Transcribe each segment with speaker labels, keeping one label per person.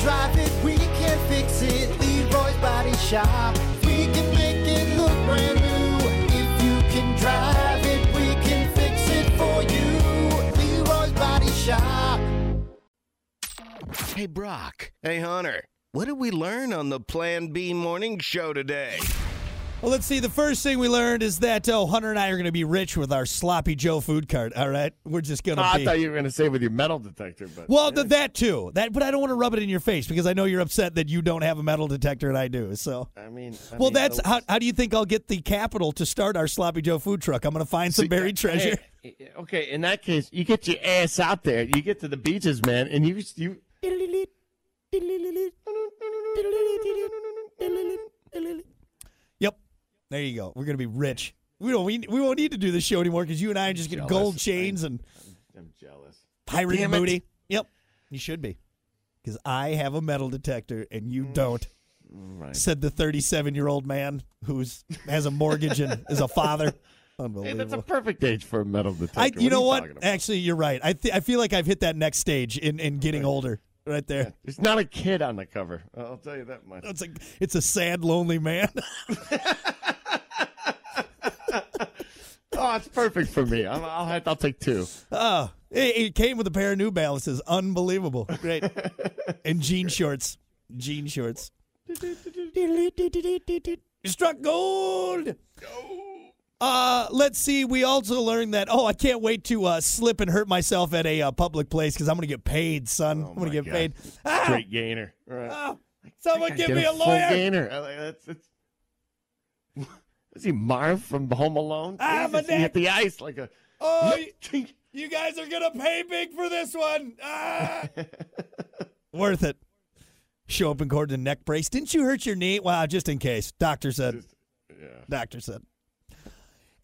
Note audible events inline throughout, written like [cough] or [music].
Speaker 1: drive it, we can fix it. Leroy's Body Shop. We can make it look brand new. If you can drive it, we can fix it for you. Leroy's Body Shop.
Speaker 2: Hey, Brock. Hey, Hunter. What did we learn on the Plan B morning show today?
Speaker 3: Well, let's see. The first thing we learned is that oh, Hunter and I are going to be rich with our sloppy Joe food cart. All right, we're just going to
Speaker 4: Oh, Ah, I
Speaker 3: be.
Speaker 4: thought you were going to say with your metal detector, but
Speaker 3: well, th- that too. That, but I don't want to rub it in your face because I know you're upset that you don't have a metal detector and I do. So,
Speaker 4: I mean, I
Speaker 3: well,
Speaker 4: mean,
Speaker 3: that's
Speaker 4: the-
Speaker 3: how. How do you think I'll get the capital to start our sloppy Joe food truck? I'm going to find some buried treasure.
Speaker 4: [laughs] Hey, okay, in that case, you get your ass out there. You get to the beaches, man, and you [laughs] you.
Speaker 3: Yep. There you go. We're going to be rich. We don't. We, we won't need to do this show anymore because you and I are just getting
Speaker 4: Jealous.
Speaker 3: gold chains and
Speaker 4: I'm jealous.
Speaker 3: pirate
Speaker 4: Damn it.
Speaker 3: booty. Yep. You should be. Because I have a metal detector and
Speaker 4: Mm.
Speaker 3: you don't,
Speaker 4: Right.
Speaker 3: said the 37 year old man who's has a mortgage and is a father.
Speaker 4: Hey, that's a
Speaker 3: Unbelievable.
Speaker 4: perfect age for a metal detector.
Speaker 3: I, you know
Speaker 4: are
Speaker 3: what?
Speaker 4: talking about?
Speaker 3: Actually, you're right. I, th- I feel like I've hit that next stage in, in getting older right there.
Speaker 4: There's not a kid on the cover. I'll tell you that much.
Speaker 3: [laughs] It's, a, it's a sad, lonely man. [laughs]
Speaker 4: Oh, it's perfect for me. I'm, I'll, have- I'll take two.
Speaker 3: Oh, it, it came with a pair of New Balances. Unbelievable. Great. and jean shorts. Jean shorts. Struck gold. Uh, let's see. We also learned that. Oh, I can't wait to uh, slip and hurt myself at a uh, public place because I'm gonna get paid, son. I'm gonna
Speaker 4: Oh my
Speaker 3: get
Speaker 4: God.
Speaker 3: paid. Ah,
Speaker 4: Great gainer. All right.
Speaker 3: ah, someone give
Speaker 4: Get
Speaker 3: me a
Speaker 4: full
Speaker 3: lawyer.
Speaker 4: gainer. I like- that's- that's- [laughs] Is he Marv from Home Alone?
Speaker 3: Ah,
Speaker 4: Jesus,
Speaker 3: my
Speaker 4: he hit
Speaker 3: neck.
Speaker 4: the ice like a.
Speaker 3: Oh, y- you guys are gonna pay big for this one.
Speaker 4: [laughs]
Speaker 3: Ah. Worth it. Show up in court in a neck brace. Didn't you hurt your knee? Wow, just in case. Doctor said.
Speaker 4: yeah.
Speaker 3: Doctor said.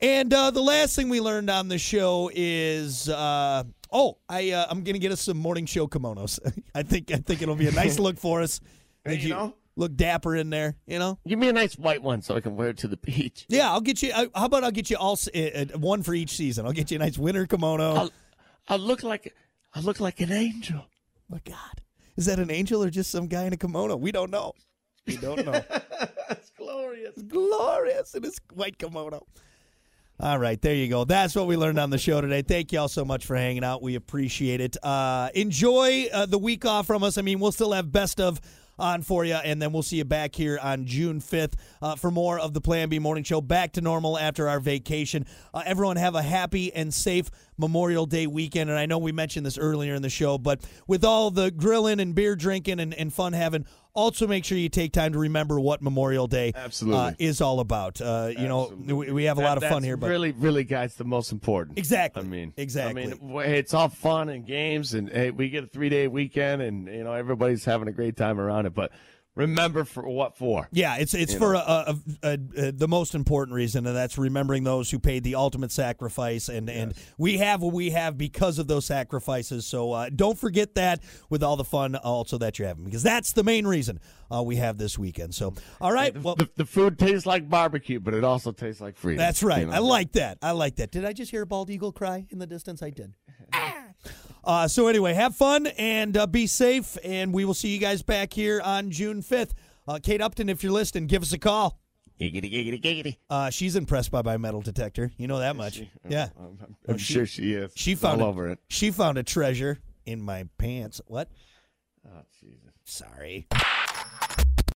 Speaker 3: And uh, the last thing we learned on the show is uh, oh, I uh, I'm gonna get us some morning show kimonos. [laughs] I think I think it'll be a
Speaker 4: [laughs]
Speaker 3: nice look for us. I think
Speaker 4: you know?
Speaker 3: look dapper in there. You know.
Speaker 4: Give me a nice white one so I can wear it to the beach.
Speaker 3: Yeah, I'll get you. I, how about I'll get you all s- uh, uh, one for each season. I'll get you a nice winter kimono.
Speaker 4: I'll, I look like I look like an angel.
Speaker 3: my God, is that an angel or just some guy in a kimono? We don't know. We don't know.
Speaker 4: That's glorious.
Speaker 3: [laughs] glorious in his white kimono. All right, there you go. That's what we learned on the show today. Thank you all so much for hanging out. We appreciate it. Uh, enjoy uh, the week off from us. I mean, we'll still have best of on for you, and then we'll see you back here on June 5th uh, for more of the Plan B Morning Show. Back to normal after our vacation. Uh, everyone have a happy and safe Memorial Day weekend. And I know we mentioned this earlier in the show, but with all the grilling and beer drinking and, and fun having, also make sure you take time to remember what Memorial Day uh,
Speaker 4: Absolutely.
Speaker 3: is all about. Uh, you know, we, we have a lot of fun here, but
Speaker 4: really, really, guys, the most important.
Speaker 3: Exactly.
Speaker 4: I mean,
Speaker 3: Exactly.
Speaker 4: I mean, w- it's all fun and games, and hey, we get a three-day weekend, and you know everybody's having a great time around it. But remember for what for?
Speaker 3: yeah, it's it's for a, a, a, a, the most important reason, and that's remembering those who paid the ultimate sacrifice, and and we have what we have because of those sacrifices. So uh, don't forget that with all the fun also that you're having, because that's the main reason uh, we have this weekend. So all right, well.
Speaker 4: The, the food tastes like barbecue, but it also tastes like freedom.
Speaker 3: That's right.
Speaker 4: You know?
Speaker 3: I like that. I like that. Did I just hear a bald eagle cry in the distance? I did. [laughs] uh, so, anyway, have fun and uh, be safe. And we will see you guys back here on June 5th. Uh, Kate Upton, if you're listening, give us a call.
Speaker 4: Giggity, giggity, giggity.
Speaker 3: Uh, she's impressed by my metal detector. You know that much. [laughs] Yeah.
Speaker 4: I'm, I'm sure she is.
Speaker 3: She
Speaker 4: She's
Speaker 3: found
Speaker 4: all
Speaker 3: a-
Speaker 4: over it.
Speaker 3: She found a treasure in my pants. What?
Speaker 4: Oh, Jesus.
Speaker 3: Sorry.